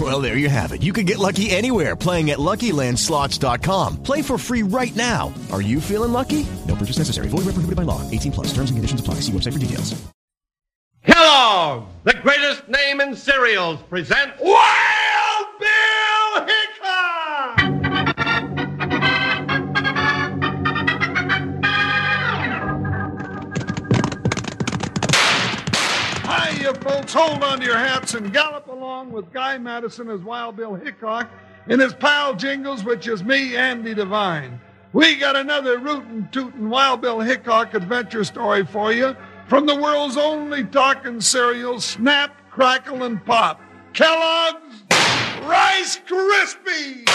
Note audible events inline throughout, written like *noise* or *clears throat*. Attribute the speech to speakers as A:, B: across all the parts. A: Well, there you have it. You can get lucky anywhere playing at LuckyLandSlots.com. Play for free right now. Are you feeling lucky? No purchase necessary. Void where prohibited by law. 18 plus. Terms and conditions apply. See website for details.
B: Kellogg, the greatest name in cereals, presents Wild Bill Hickok!
C: Hi, you folks. Hold on to your hats and gallop along with Guy Madison as Wild Bill Hickok and his pal Jingles, which is me, Andy Devine. We got another rootin' tootin' Wild Bill Hickok adventure story for you from the world's only talking cereal, Snap, Crackle, and Pop. Kellogg's Rice Krispies!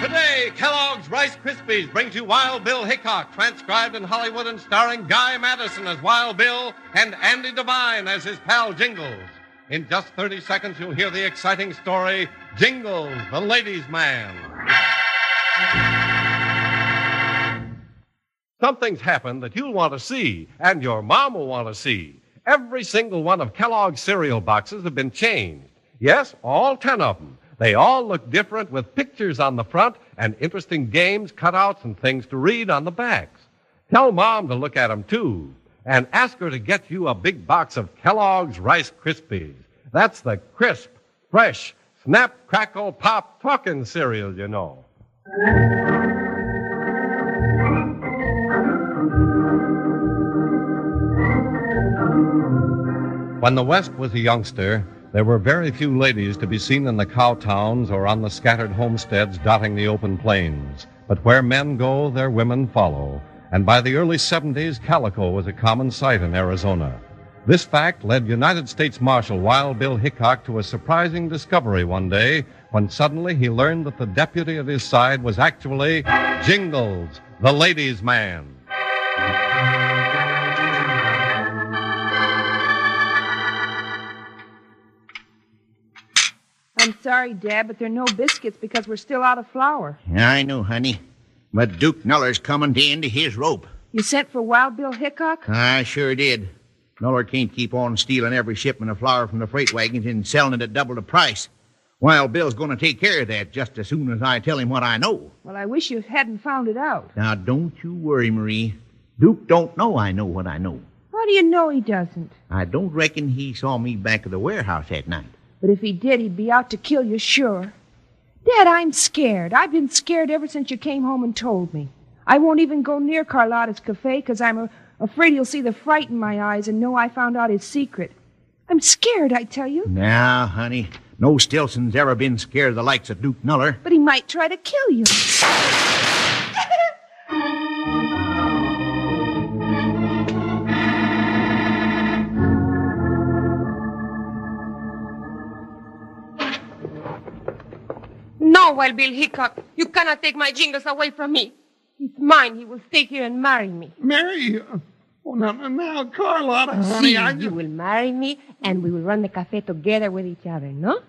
B: Today, Kellogg's Rice Krispies bring to Wild Bill Hickok, transcribed in Hollywood and starring Guy Madison as Wild Bill and Andy Devine as his pal Jingles. In just 30 seconds, you'll hear the exciting story Jingles, the Ladies' Man. Something's happened that you'll want to see, and your mom will want to see. Every single one of Kellogg's cereal boxes have been changed. Yes, all ten of them. They all look different with pictures on the front and interesting games, cutouts, and things to read on the backs. Tell Mom to look at 'em too, and ask her to get you a big box of Kellogg's Rice Krispies. That's the crisp, fresh, snap, crackle, pop talking cereal, you know. When the West was a youngster, there were very few ladies to be seen in the cow towns or on the scattered homesteads dotting the open plains. But where men go, their women follow. And by the early 70s, calico was a common sight in Arizona. This fact led United States Marshal Wild Bill Hickok to a surprising discovery one day when suddenly he learned that the deputy at his side was actually Jingles, the ladies' man.
D: I'm sorry, Dad, but there are no biscuits because we're still out of flour.
E: I know, honey. But Duke Nuller's coming to end his rope.
D: You sent for Wild Bill Hickok?
E: I sure did. Nuller can't keep on stealing every shipment of flour from the freight wagons and selling it at double the price. Wild Bill's going to take care of that just as soon as I tell him what I know.
D: Well, I wish you hadn't found it out.
E: Now, don't you worry, Marie. Duke don't know I know what I know.
D: Why How do you know he doesn't?
E: I don't reckon he saw me back of the warehouse that night.
D: But if he did, he'd be out to kill you, sure. Dad, I'm scared. I've been scared ever since you came home and told me. I won't even go near Carlotta's cafe because I'm a- afraid he'll see the fright in my eyes and know I found out his secret. I'm scared, I tell you.
E: Now, honey, no Stilson's ever been scared of the likes of Duke Nuller.
D: But he might try to kill you.
F: No, Wild Bill Hickok, you cannot take my jingles away from me. He's mine. He will stay here and marry me.
C: Marry you? Oh, now, now Carlotta, honey,
F: See,
C: I
F: you will marry me, and we will run the cafe together with each other, no?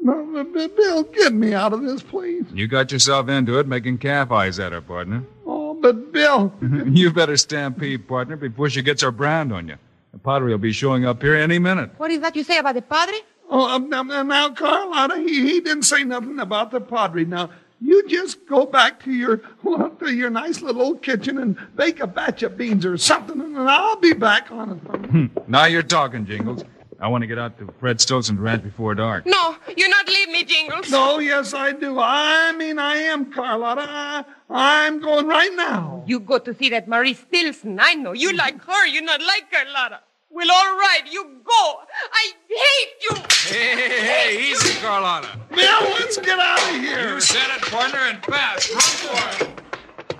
C: No, Bill, get me out of this, please.
G: You got yourself into it making calf eyes at her, partner.
C: Oh, but Bill,
G: you better stampede, partner, before she gets her brand on you. The pottery will be showing up here any minute.
F: What is that you say about the padre?
C: Oh, um, now, now- now, Carlotta, he, he didn't say nothing about the pottery. Now, you just go back to your *laughs* well, to your nice little old kitchen and bake a batch of beans or something, and I'll be back on it.
G: Hmm. Now you're talking, Jingles. I want to get out to Fred Stolzen's ranch before dark.
F: No, Oh, you not leave me,
C: *laughs*
F: Jingles.
C: No, yes, I do. I mean, I am, Carlotta. I, I'm going right now.
F: You go to see that Marie Stilson. I know. You like her. You not like Carlotta. Well, all right, you go. I hate you.
G: Hey, hey, hey, easy, Carlotta.
C: Bill, let's get out of here.
G: You said it, partner, and fast. Run for it.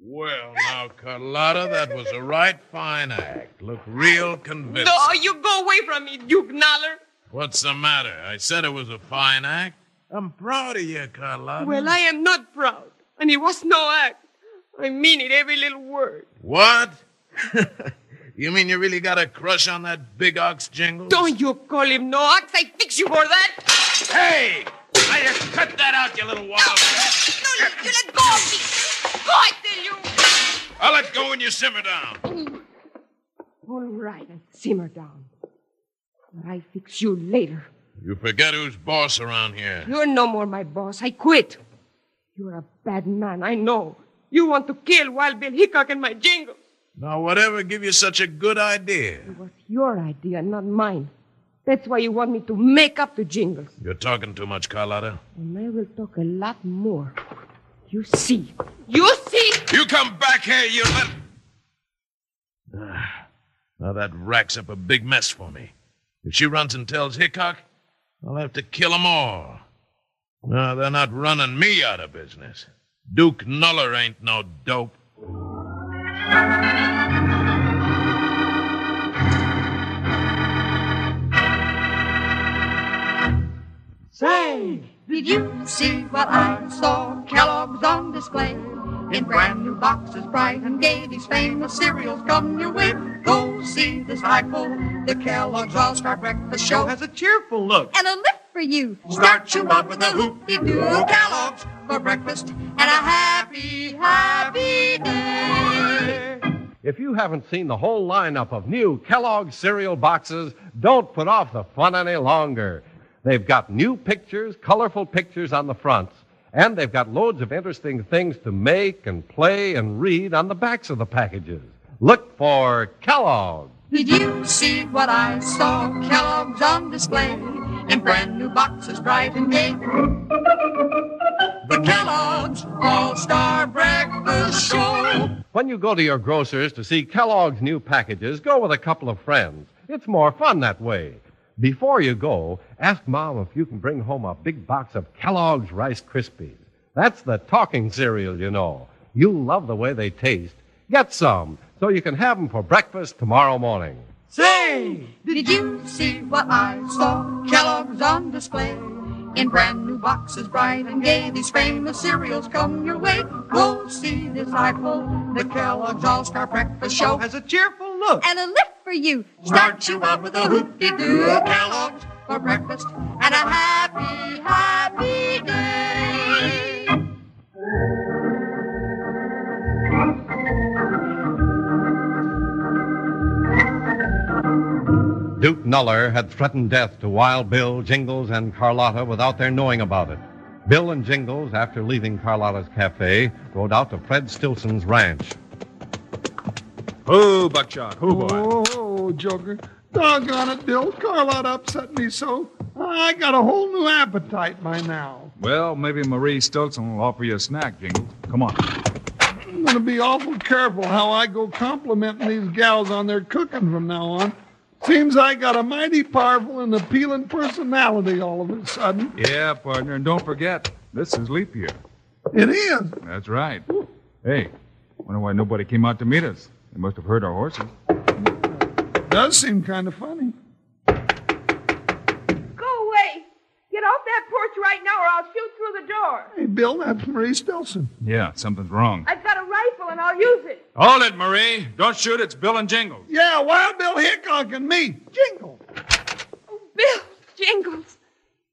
H: Well, now, Carlotta, that was a right fine act. Look real convincing.
F: No, you go away from me, you gnaller.
H: What's the matter? I said it was a fine act. I'm proud of you, Carlotta.
F: Well, I am not proud. And it was no act. I mean it, every little word.
H: What? *laughs* you mean you really got a crush on that big ox jingle?
F: Don't you call him no ox. I fix you for that.
H: Hey! I just cut that out, you little wildcat.
F: No, you let go of me. Go, I tell you.
H: I'll let go when you simmer down.
F: All right, and simmer down. Or I fix you later.
H: You forget who's boss around here.
F: You're no more my boss. I quit. You're a bad man, I know. You want to kill Wild Bill Hickok and my jingle.
H: Now, whatever give you such a good idea?
F: Your idea, not mine. That's why you want me to make up the jingles.
H: You're talking too much, Carlotta.
F: And I will talk a lot more. You see. You see?
H: You come back here, you little. Ah, now that racks up a big mess for me. If she runs and tells Hickok, I'll have to kill 'em all. No, they're not running me out of business. Duke Nuller ain't no dope.
I: Say, did you see what I saw? Kellogg's on display in brand new boxes, bright and gay. These famous cereals come your way. Go see this hypo. The Kellogg's All Star Breakfast Show has a cheerful look and a lift for you. Start you out with a hoopty doo Kellogg's for breakfast and a happy, happy day.
B: If you haven't seen the whole lineup of new Kellogg cereal boxes, don't put off the fun any longer. They've got new pictures, colorful pictures on the fronts, and they've got loads of interesting things to make and play and read on the backs of the packages. Look for Kellogg.
I: Did you see what I saw? Kellogg's on display in brand new boxes, bright and gay. The Kellogg's All Star Breakfast Show.
B: When you go to your grocer's to see Kellogg's new packages, go with a couple of friends. It's more fun that way. Before you go, ask Mom if you can bring home a big box of Kellogg's Rice Krispies. That's the talking cereal, you know. You'll love the way they taste. Get some so you can have them for breakfast tomorrow morning.
I: Say, did you see what I saw? Kellogg's on display in brand new boxes, bright and gay. These famous cereals come your way. Go see this eyeful. The Kellogg's All Star Breakfast Show has a cheerful look and a lift for you. Start you out with a hoop de doo Kellogg's for breakfast and a happy, happy day.
B: Duke Nuller had threatened death to Wild Bill, Jingles, and Carlotta without their knowing about it. Bill and Jingles, after leaving Carlotta's cafe, rode out to Fred Stilson's ranch.
G: Who, Buckshot? Who, boy?
C: Oh, oh, Joker. Doggone it, Bill. Carlotta upset me so. I got a whole new appetite by now.
G: Well, maybe Marie Stilson will offer you a snack, Jingles. Come on.
C: I'm going to be awful careful how I go complimenting these gals on their cooking from now on. Seems I got a mighty powerful and appealing personality all of a sudden.
G: Yeah, partner, and don't forget, this is leap year.
C: It is.
G: That's right. Hey, wonder why nobody came out to meet us. They must have heard our horses.
C: Does seem kind of funny.
J: Go away! Get off that porch right now, or I'll shoot through the door.
C: Hey, Bill, that's Marie Stilson.
G: Yeah, something's wrong.
J: I've got a rifle, and I'll use it.
G: Hold it, Marie. Don't shoot. It's Bill and Jingles.
C: Yeah, Wild Bill Hickok and me. Jingle.
J: Oh, Bill, Jingles.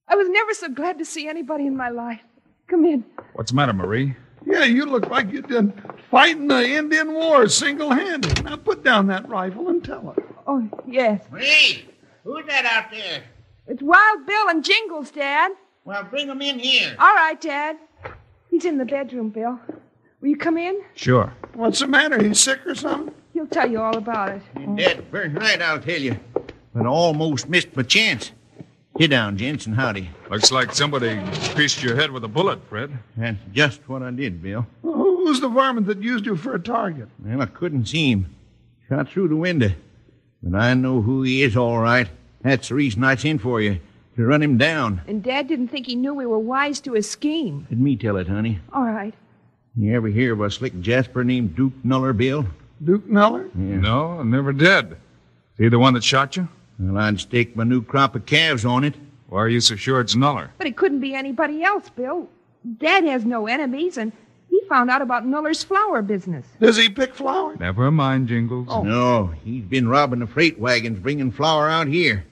J: I was never so glad to see anybody in my life. Come in.
G: What's the matter, Marie?
C: Yeah, you look like you've been fighting the Indian War single handed. Now put down that rifle and tell her.
J: Oh, yes.
K: Marie, who's that out there?
J: It's Wild Bill and Jingles, Dad.
K: Well, bring them in here.
J: All right, Dad. He's in the bedroom, Bill. Will you come in?
G: Sure.
C: What's the matter? He's sick or something?
J: He'll tell you all about it.
E: And that burned right, I'll tell you. But I almost missed my chance. Sit down, gents, and howdy.
G: Looks like somebody creased your head with a bullet, Fred.
E: That's just what I did, Bill.
C: Well, who's the varmint that used you for a target?
E: Well, I couldn't see him. Shot through the window. But I know who he is, all right. That's the reason I sent for you, to run him down.
D: And Dad didn't think he knew we were wise to his scheme.
E: Let me tell it, honey.
D: All right.
E: You ever hear of a slick jasper named Duke Nuller, Bill?
C: Duke Nuller?
E: Yeah.
G: No, I never did. Is he the one that shot you?
E: Well, I'd stake my new crop of calves on it.
G: Why are you so sure it's Nuller?
D: But it couldn't be anybody else, Bill. Dad has no enemies, and he found out about Nuller's flour business.
C: Does he pick flour?
G: Never mind, Jingles.
E: Oh. No, he's been robbing the freight wagons, bringing flour out here.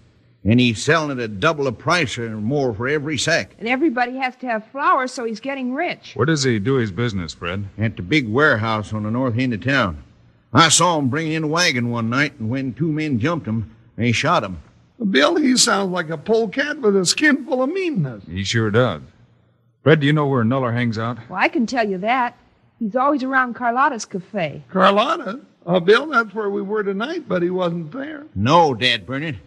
E: And he's selling it at double the price or more for every sack.
D: And everybody has to have flour, so he's getting rich.
G: Where does he do his business, Fred?
E: At the big warehouse on the north end of town. I saw him bringing in a wagon one night, and when two men jumped him, they shot him.
C: Bill, he sounds like a polecat with a skin full of meanness.
G: He sure does. Fred, do you know where Nuller hangs out?
D: Well, I can tell you that. He's always around Carlotta's cafe.
C: Carlotta? Oh, Bill, that's where we were tonight, but he wasn't there.
E: No, Dad Bernard.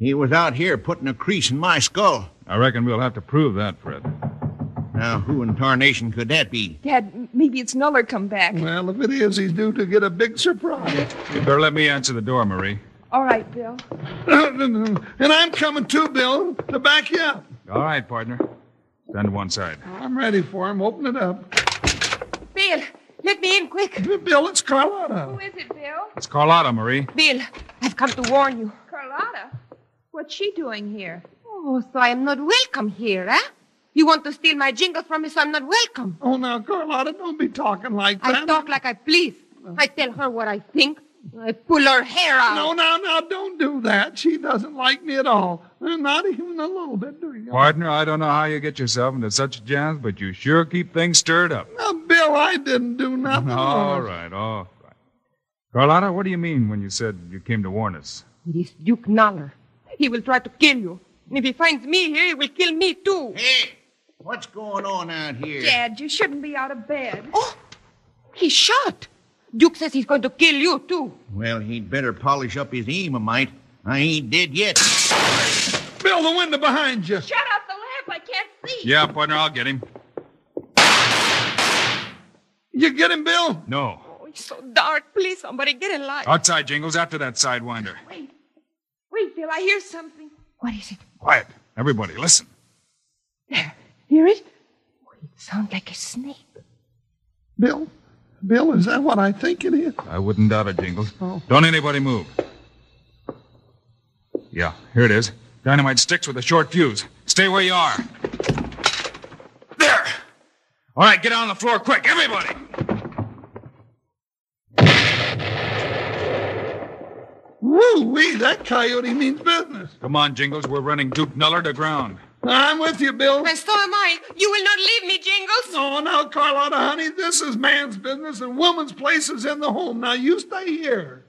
E: He was out here putting a crease in my skull.
G: I reckon we'll have to prove that, Fred.
E: Now, who in tarnation could that be?
D: Dad, maybe it's Nuller come back.
C: Well, if it is, he's due to get a big surprise.
G: You better let me answer the door, Marie.
D: All right, Bill.
C: *laughs* and I'm coming too, Bill, to back you up.
G: All right, partner. Stand to one side.
C: I'm ready for him. Open it up.
J: Bill, let me in quick.
C: Bill, it's Carlotta.
J: Who is it, Bill?
G: It's Carlotta, Marie.
J: Bill, I've come to warn you.
D: Carlotta? What's she doing here?
J: Oh, so I am not welcome here, eh? You want to steal my jingles from me, so I'm not welcome.
C: Oh, now, Carlotta, don't be talking like that.
J: I talk like I please. I tell her what I think. I pull her hair out.
C: No, no, no, don't do that. She doesn't like me at all. Not even a little bit, do you?
G: Partner, I don't know how you get yourself into such jams, but you sure keep things stirred up.
C: Now, Bill, I didn't do nothing.
G: All right, all right. Carlotta, what do you mean when you said you came to warn us?
J: It is Duke Noller. He will try to kill you. And if he finds me here, he will kill me, too.
E: Hey, what's going on out here?
D: Dad, you shouldn't be out of bed.
J: Oh, he's shot. Duke says he's going to kill you, too.
E: Well, he'd better polish up his aim, I might. I ain't dead yet.
C: Bill, the window behind you.
J: Shut out the lamp. I can't see.
G: Yeah, partner, I'll get him.
C: You get him, Bill?
G: No.
J: Oh, it's so dark. Please, somebody get a light.
G: Outside, Jingles, after that sidewinder.
J: Wait. Wait, Bill, I hear something. What is it?
G: Quiet. Everybody, listen.
J: There. Hear it? Oh, it sounds like a snake.
C: Bill? Bill, is that what I think it is?
G: I wouldn't doubt it, Jingles. Oh. Don't anybody move. Yeah, here it is. Dynamite sticks with a short fuse. Stay where you are. There! All right, get on the floor quick, everybody!
C: Woo wee, that coyote means business.
G: Come on, Jingles, we're running Duke Nuller to ground.
C: I'm with you, Bill.
J: And so am I. You will not leave me, Jingles.
C: No, no, Carlotta, honey. This is man's business, and woman's place is in the home. Now you stay here.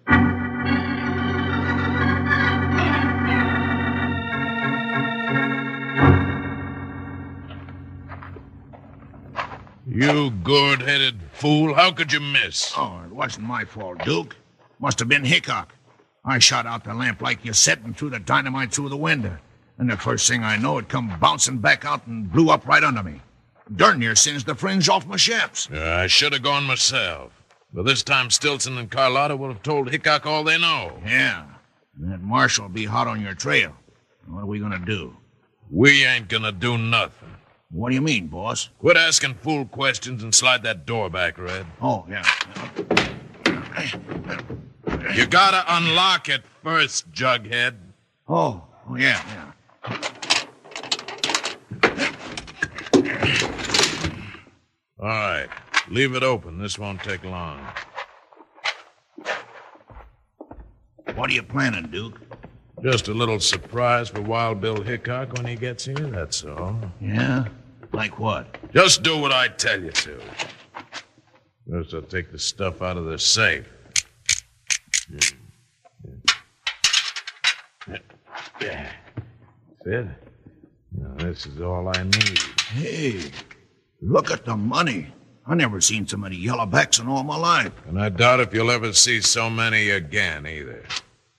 H: You gourd headed fool. How could you miss?
E: Oh, it wasn't my fault, Duke. Must have been Hickok. I shot out the lamp like you said and threw the dynamite through the window. And the first thing I know, it come bouncing back out and blew up right under me. Darn near singed the fringe off my chaps.
H: Yeah, I should have gone myself. But this time, Stilson and Carlotta will have told Hickok all they know.
E: Yeah. That marshal will be hot on your trail. What are we going to do?
H: We ain't going to do nothing.
E: What do you mean, boss?
H: Quit asking fool questions and slide that door back, Red.
E: Oh, yeah.
H: You gotta unlock it first, Jughead.
E: Oh, oh yeah,
H: yeah. All right. Leave it open. This won't take long.
E: What are you planning, Duke?
H: Just a little surprise for Wild Bill Hickok when he gets here, that's all.
E: Yeah? Like what?
H: Just do what I tell you to. First, I'll take the stuff out of the safe. Yeah. That's it. Now, this is all I need.
E: Hey, look at the money. I never seen so many yellowbacks in all my life.
H: And I doubt if you'll ever see so many again, either.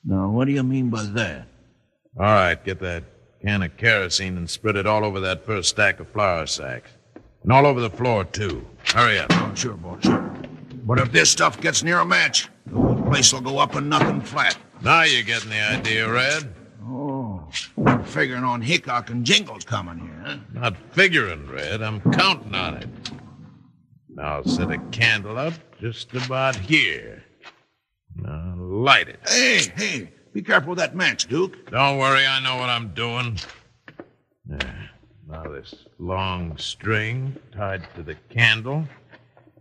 E: Now, what do you mean by that?
H: All right, get that can of kerosene and spread it all over that first stack of flour sacks. And all over the floor, too. Hurry up.
E: Oh, sure, boy, sure. But if this stuff gets near a match, the whole place will go up in nothing flat.
H: Now you're getting the idea, Red.
E: Oh, we're figuring on Hickok and Jingles coming here, huh?
H: Not figuring, Red. I'm counting on it. Now set a candle up just about here. Now light it.
E: Hey, hey, be careful with that match, Duke.
H: Don't worry, I know what I'm doing. There. Now this long string tied to the candle,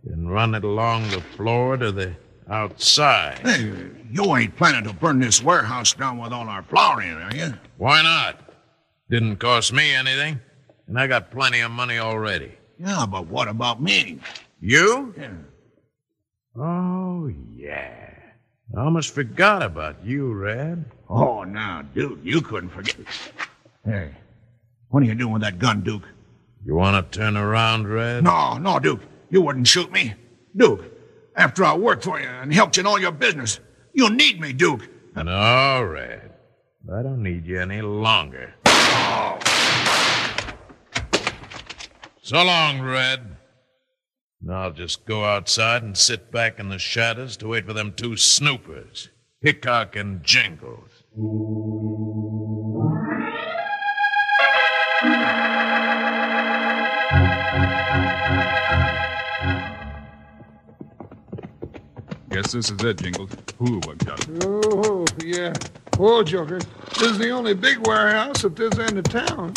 H: and run it along the floor to the outside.
E: Hey, you ain't planning to burn this warehouse down with all our flour in, are you?
H: Why not? Didn't cost me anything, and I got plenty of money already.
E: Yeah, but what about me?
H: You?
E: Yeah.
H: Oh, yeah. I almost forgot about you, Red.
E: Oh, now, dude, you couldn't forget. Hey, what are you doing with that gun, Duke?
H: You want to turn around, Red?
E: No, no, Duke. You wouldn't shoot me. Duke, after I worked for you and helped you in all your business, you need me, Duke.
H: No, Red. I don't need you any longer.
E: Oh.
H: So long, Red. Now I'll just go outside and sit back in the shadows to wait for them two snoopers, Hickok and Jingles.
G: Guess this is it, Jingles. Who worked out?
C: Oh, yeah. Whoa, Joker. This is the only big warehouse at this end of town.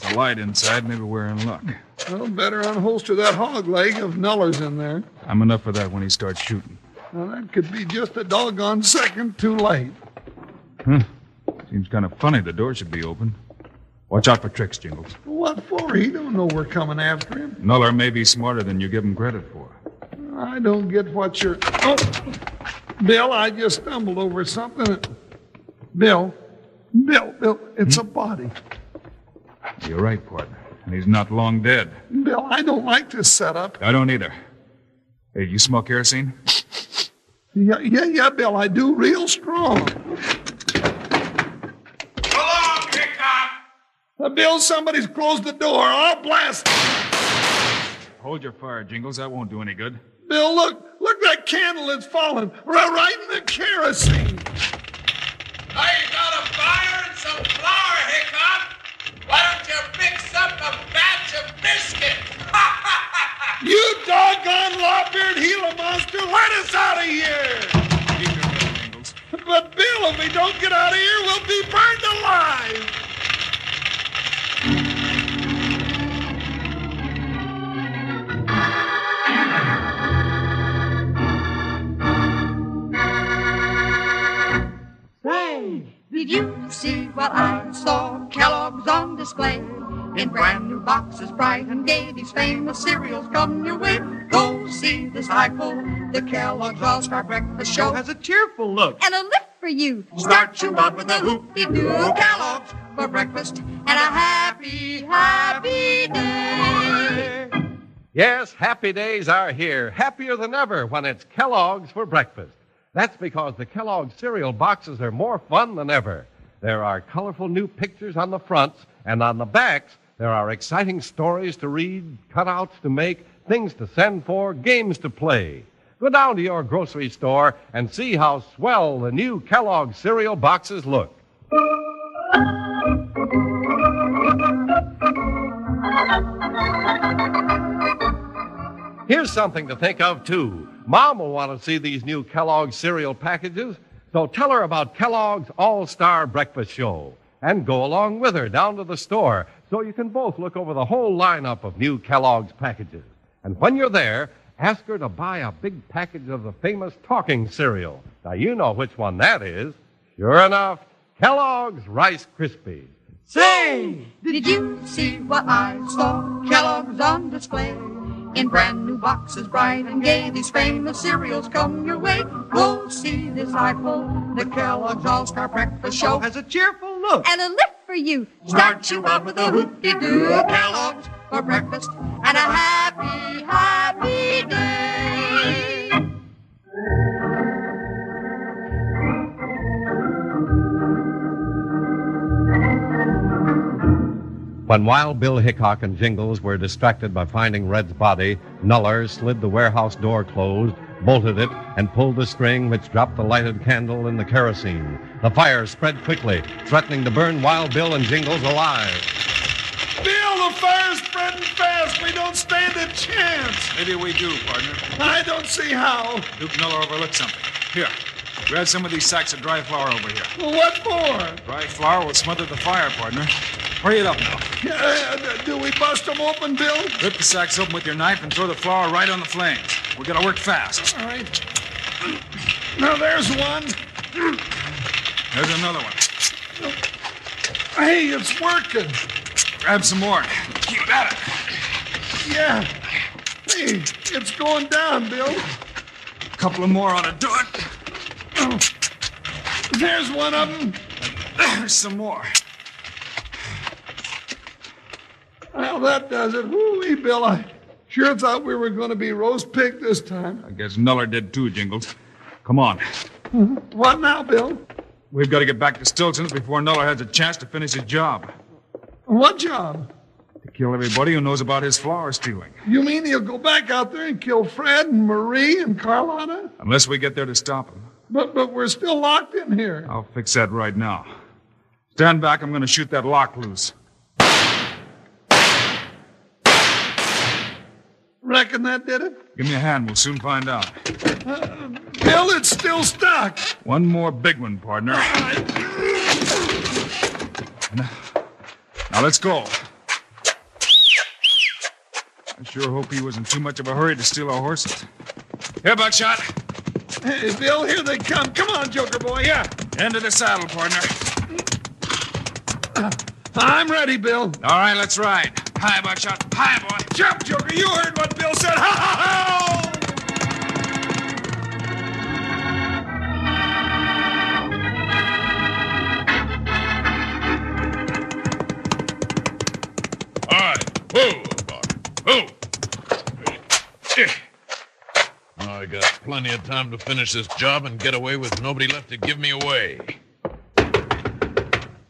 G: There's a light inside. Maybe we're in luck.
C: Well, better unholster that hog leg if Nuller's in there.
G: I'm enough of that when he starts shooting.
C: Now, that could be just a doggone second too late.
G: Huh. Seems kind of funny. The door should be open. Watch out for tricks, Jingles.
C: What for? He don't know we're coming after him.
G: Nuller may be smarter than you give him credit for.
C: I don't get what you're... Oh! Bill, I just stumbled over something. Bill. Bill, Bill, it's hmm? a body.
G: You're right, partner. And he's not long dead.
C: Bill, I don't like this setup.
G: I don't either. Hey, you smell kerosene?
C: Yeah, yeah, yeah, Bill, I do real strong.
K: Hello, Hickok!
C: Uh, Bill, somebody's closed the door. I'll blast.
G: Hold your fire, Jingles. That won't do any good.
C: Bill, look. Look, that candle is falling. Right, right in the kerosene.
K: I got a fire and some flour, Hickok. Why don't you mix up a batch of biscuits? *laughs*
C: you doggone lop-eared Gila monster! Let us out of here!
G: Keep your head, Jingles.
C: But Bill, if we don't get out of here, we'll be burned alive!
I: Did you see what I saw? Kellogg's on display in brand new boxes, bright and gay. These famous cereals come your way. Go see Disciple, the Kellogg's All Star Breakfast Show
L: has a cheerful look
I: and a lift for you. Start your up with a hoop de doo Kellogg's for breakfast and a happy, happy day.
B: Yes, happy days are here, happier than ever when it's Kellogg's for breakfast. That's because the Kellogg's cereal boxes are more fun than ever. There are colorful new pictures on the fronts, and on the backs, there are exciting stories to read, cutouts to make, things to send for, games to play. Go down to your grocery store and see how swell the new Kellogg's cereal boxes look. Here's something to think of, too. Mom will want to see these new Kellogg's cereal packages, so tell her about Kellogg's All Star Breakfast Show and go along with her down to the store so you can both look over the whole lineup of new Kellogg's packages. And when you're there, ask her to buy a big package of the famous talking cereal. Now, you know which one that is. Sure enough, Kellogg's Rice Krispies.
I: Say, did you see what I saw? Kellogg's on display. In brand new boxes, bright and gay, these famous cereals come your way. Go see this eyeful. The Kellogg's All Star Breakfast Show
L: has a cheerful look
I: and a lift for you. Start you out with a hoop de doo Kellogg's for breakfast and a happy, happy day.
B: When Wild Bill Hickok and Jingles were distracted by finding Red's body, Nuller slid the warehouse door closed, bolted it, and pulled the string which dropped the lighted candle in the kerosene. The fire spread quickly, threatening to burn Wild Bill and Jingles alive.
C: Bill, the fire's spreading fast. We don't stand a chance.
G: Maybe we do, partner.
C: I don't see how.
G: Duke Miller overlooked something. Here, grab some of these sacks of dry flour over here.
C: Well, what for?
G: Dry flour will smother the fire, partner. Hurry it up now.
C: Uh, do we bust them open, Bill?
G: Rip the sacks open with your knife and throw the flour right on the flames. We gotta work fast.
C: All right. Now there's one.
G: There's another one.
C: Hey, it's working.
G: Grab some more. Keep at it.
C: Yeah. Hey, it's going down, Bill.
G: A couple of more ought to do it.
C: There's one of them.
A: *clears throat*
G: There's some more.
C: Well, that does it. Woo-wee, Bill. I sure thought we were going to be roast pig this time.
G: I guess Nuller did too, Jingles. Come on.
C: What now, Bill?
G: We've got to get back to Stilton's before Nuller has a chance to finish his job.
C: What job?
G: To kill everybody who knows about his flour stealing.
C: You mean he'll go back out there and kill Fred and Marie and Carlotta?
G: Unless we get there to stop him.
C: But but we're still locked in here.
G: I'll fix that right now. Stand back. I'm going to shoot that lock loose.
C: Reckon that did it?
G: Give me a hand. We'll soon find out.
C: Uh, Bill, it's still stuck.
G: One more big one, partner. now, now let's go. I sure hope he was in too much of a hurry to steal our horses. Here, Buckshot.
C: Hey, Bill, here they come. Come on, Joker boy. Yeah.
G: Into the saddle, partner.
C: I'm ready, Bill.
G: All right, let's ride. High, Buckshot. High, boy.
C: Jump, Joker. You heard what Bill said. Ha ha ha!
H: All right, move, Bart. Move. I got plenty of time to finish this job and get away with nobody left to give me away.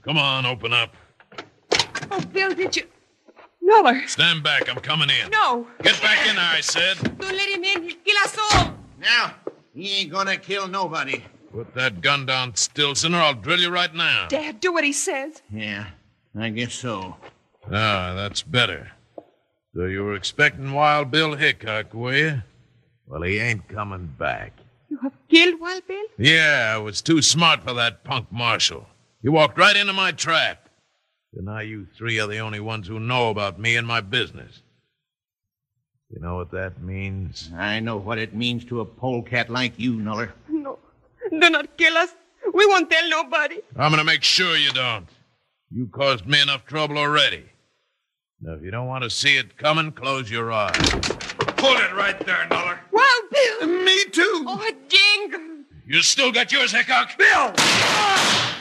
H: Come on, open up.
J: Oh, Bill, did you. Miller.
H: Stand back. I'm coming in.
J: No.
H: Get back in there, I said.
F: Don't let him in. He'll kill us all.
E: Now, he ain't gonna kill nobody.
H: Put that gun down, Stilson, or I'll drill you right now.
J: Dad, do what he says.
E: Yeah, I guess so.
H: Ah, that's better. So you were expecting Wild Bill Hickok, were you? Well, he ain't coming back.
J: You have killed Wild Bill?
H: Yeah, I was too smart for that punk marshal. He walked right into my trap. So now you three are the only ones who know about me and my business. You know what that means?
E: I know what it means to a polecat like you, Nuller.
F: No. Do not kill us. We won't tell nobody.
H: I'm going to make sure you don't. You caused me enough trouble already. Now, if you don't want to see it coming, close your eyes.
G: Pull it right there, Nuller.
F: Wow, Bill!
C: Me too!
F: Oh, Jing!
H: You still got yours, Hickok?
C: Bill! Ah!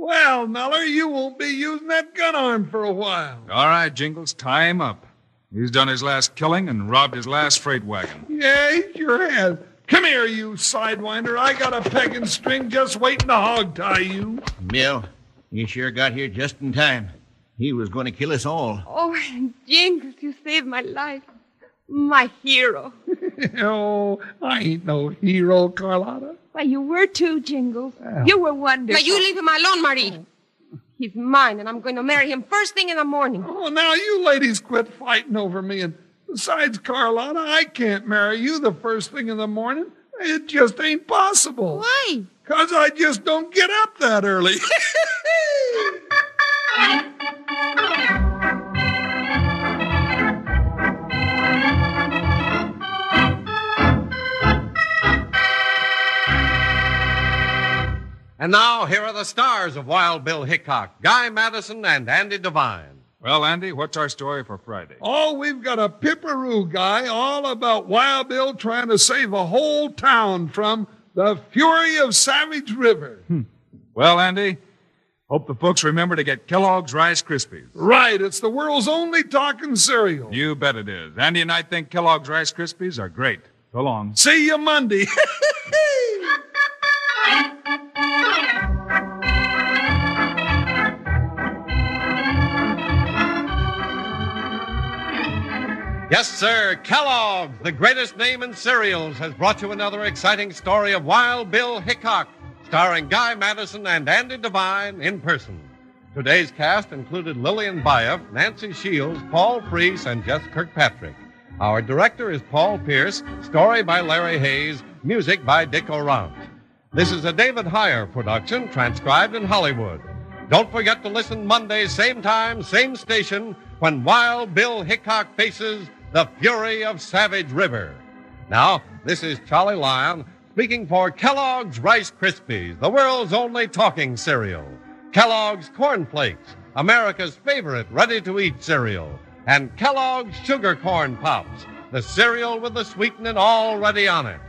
C: Well, Nuller, you won't be using that gun arm for a while.
G: All right, Jingles, tie him up. He's done his last killing and robbed his last freight wagon.
C: Yeah, he sure has. Come here, you sidewinder. I got a pecking string just waiting to hog tie you.
L: Bill, you sure got here just in time. He was going to kill us all.
F: Oh, Jingles, you saved my life. My hero.
C: *laughs* oh, I ain't no hero, Carlotta.
J: Well, you were too, Jingles. You were wonderful.
F: Now you leave him alone, Marie. He's mine, and I'm going to marry him first thing in the morning.
C: Oh, now you ladies quit fighting over me. And besides, Carlotta, I can't marry you the first thing in the morning. It just ain't possible.
F: Why?
C: Because I just don't get up that early. *laughs*
B: And now, here are the stars of Wild Bill Hickok Guy Madison and Andy Devine.
G: Well, Andy, what's our story for Friday?
C: Oh, we've got a pipperoo guy all about Wild Bill trying to save a whole town from the fury of Savage River.
G: Hmm. Well, Andy, hope the folks remember to get Kellogg's Rice Krispies.
C: Right, it's the world's only talking cereal.
G: You bet it is. Andy and I think Kellogg's Rice Krispies are great. So long.
C: See you Monday. *laughs*
B: Yes, sir. Kellogg, the greatest name in cereals, has brought you another exciting story of Wild Bill Hickok, starring Guy Madison and Andy Devine in person. Today's cast included Lillian Bayef, Nancy Shields, Paul Freese, and Jess Kirkpatrick. Our director is Paul Pierce, story by Larry Hayes, music by Dick Orant. This is a David Heyer production, transcribed in Hollywood. Don't forget to listen Monday, same time, same station, when Wild Bill Hickok faces the fury of Savage River. Now, this is Charlie Lyon speaking for Kellogg's Rice Krispies, the world's only talking cereal, Kellogg's Corn Flakes, America's favorite ready to eat cereal, and Kellogg's Sugar Corn Pops, the cereal with the sweetening already on it.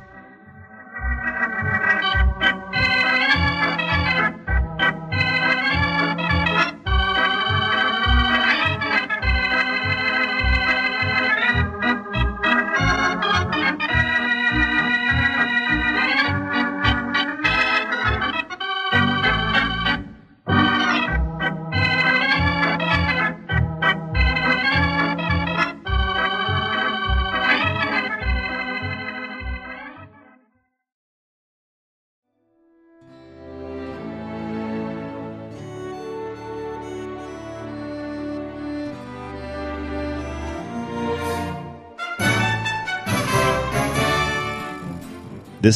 M: This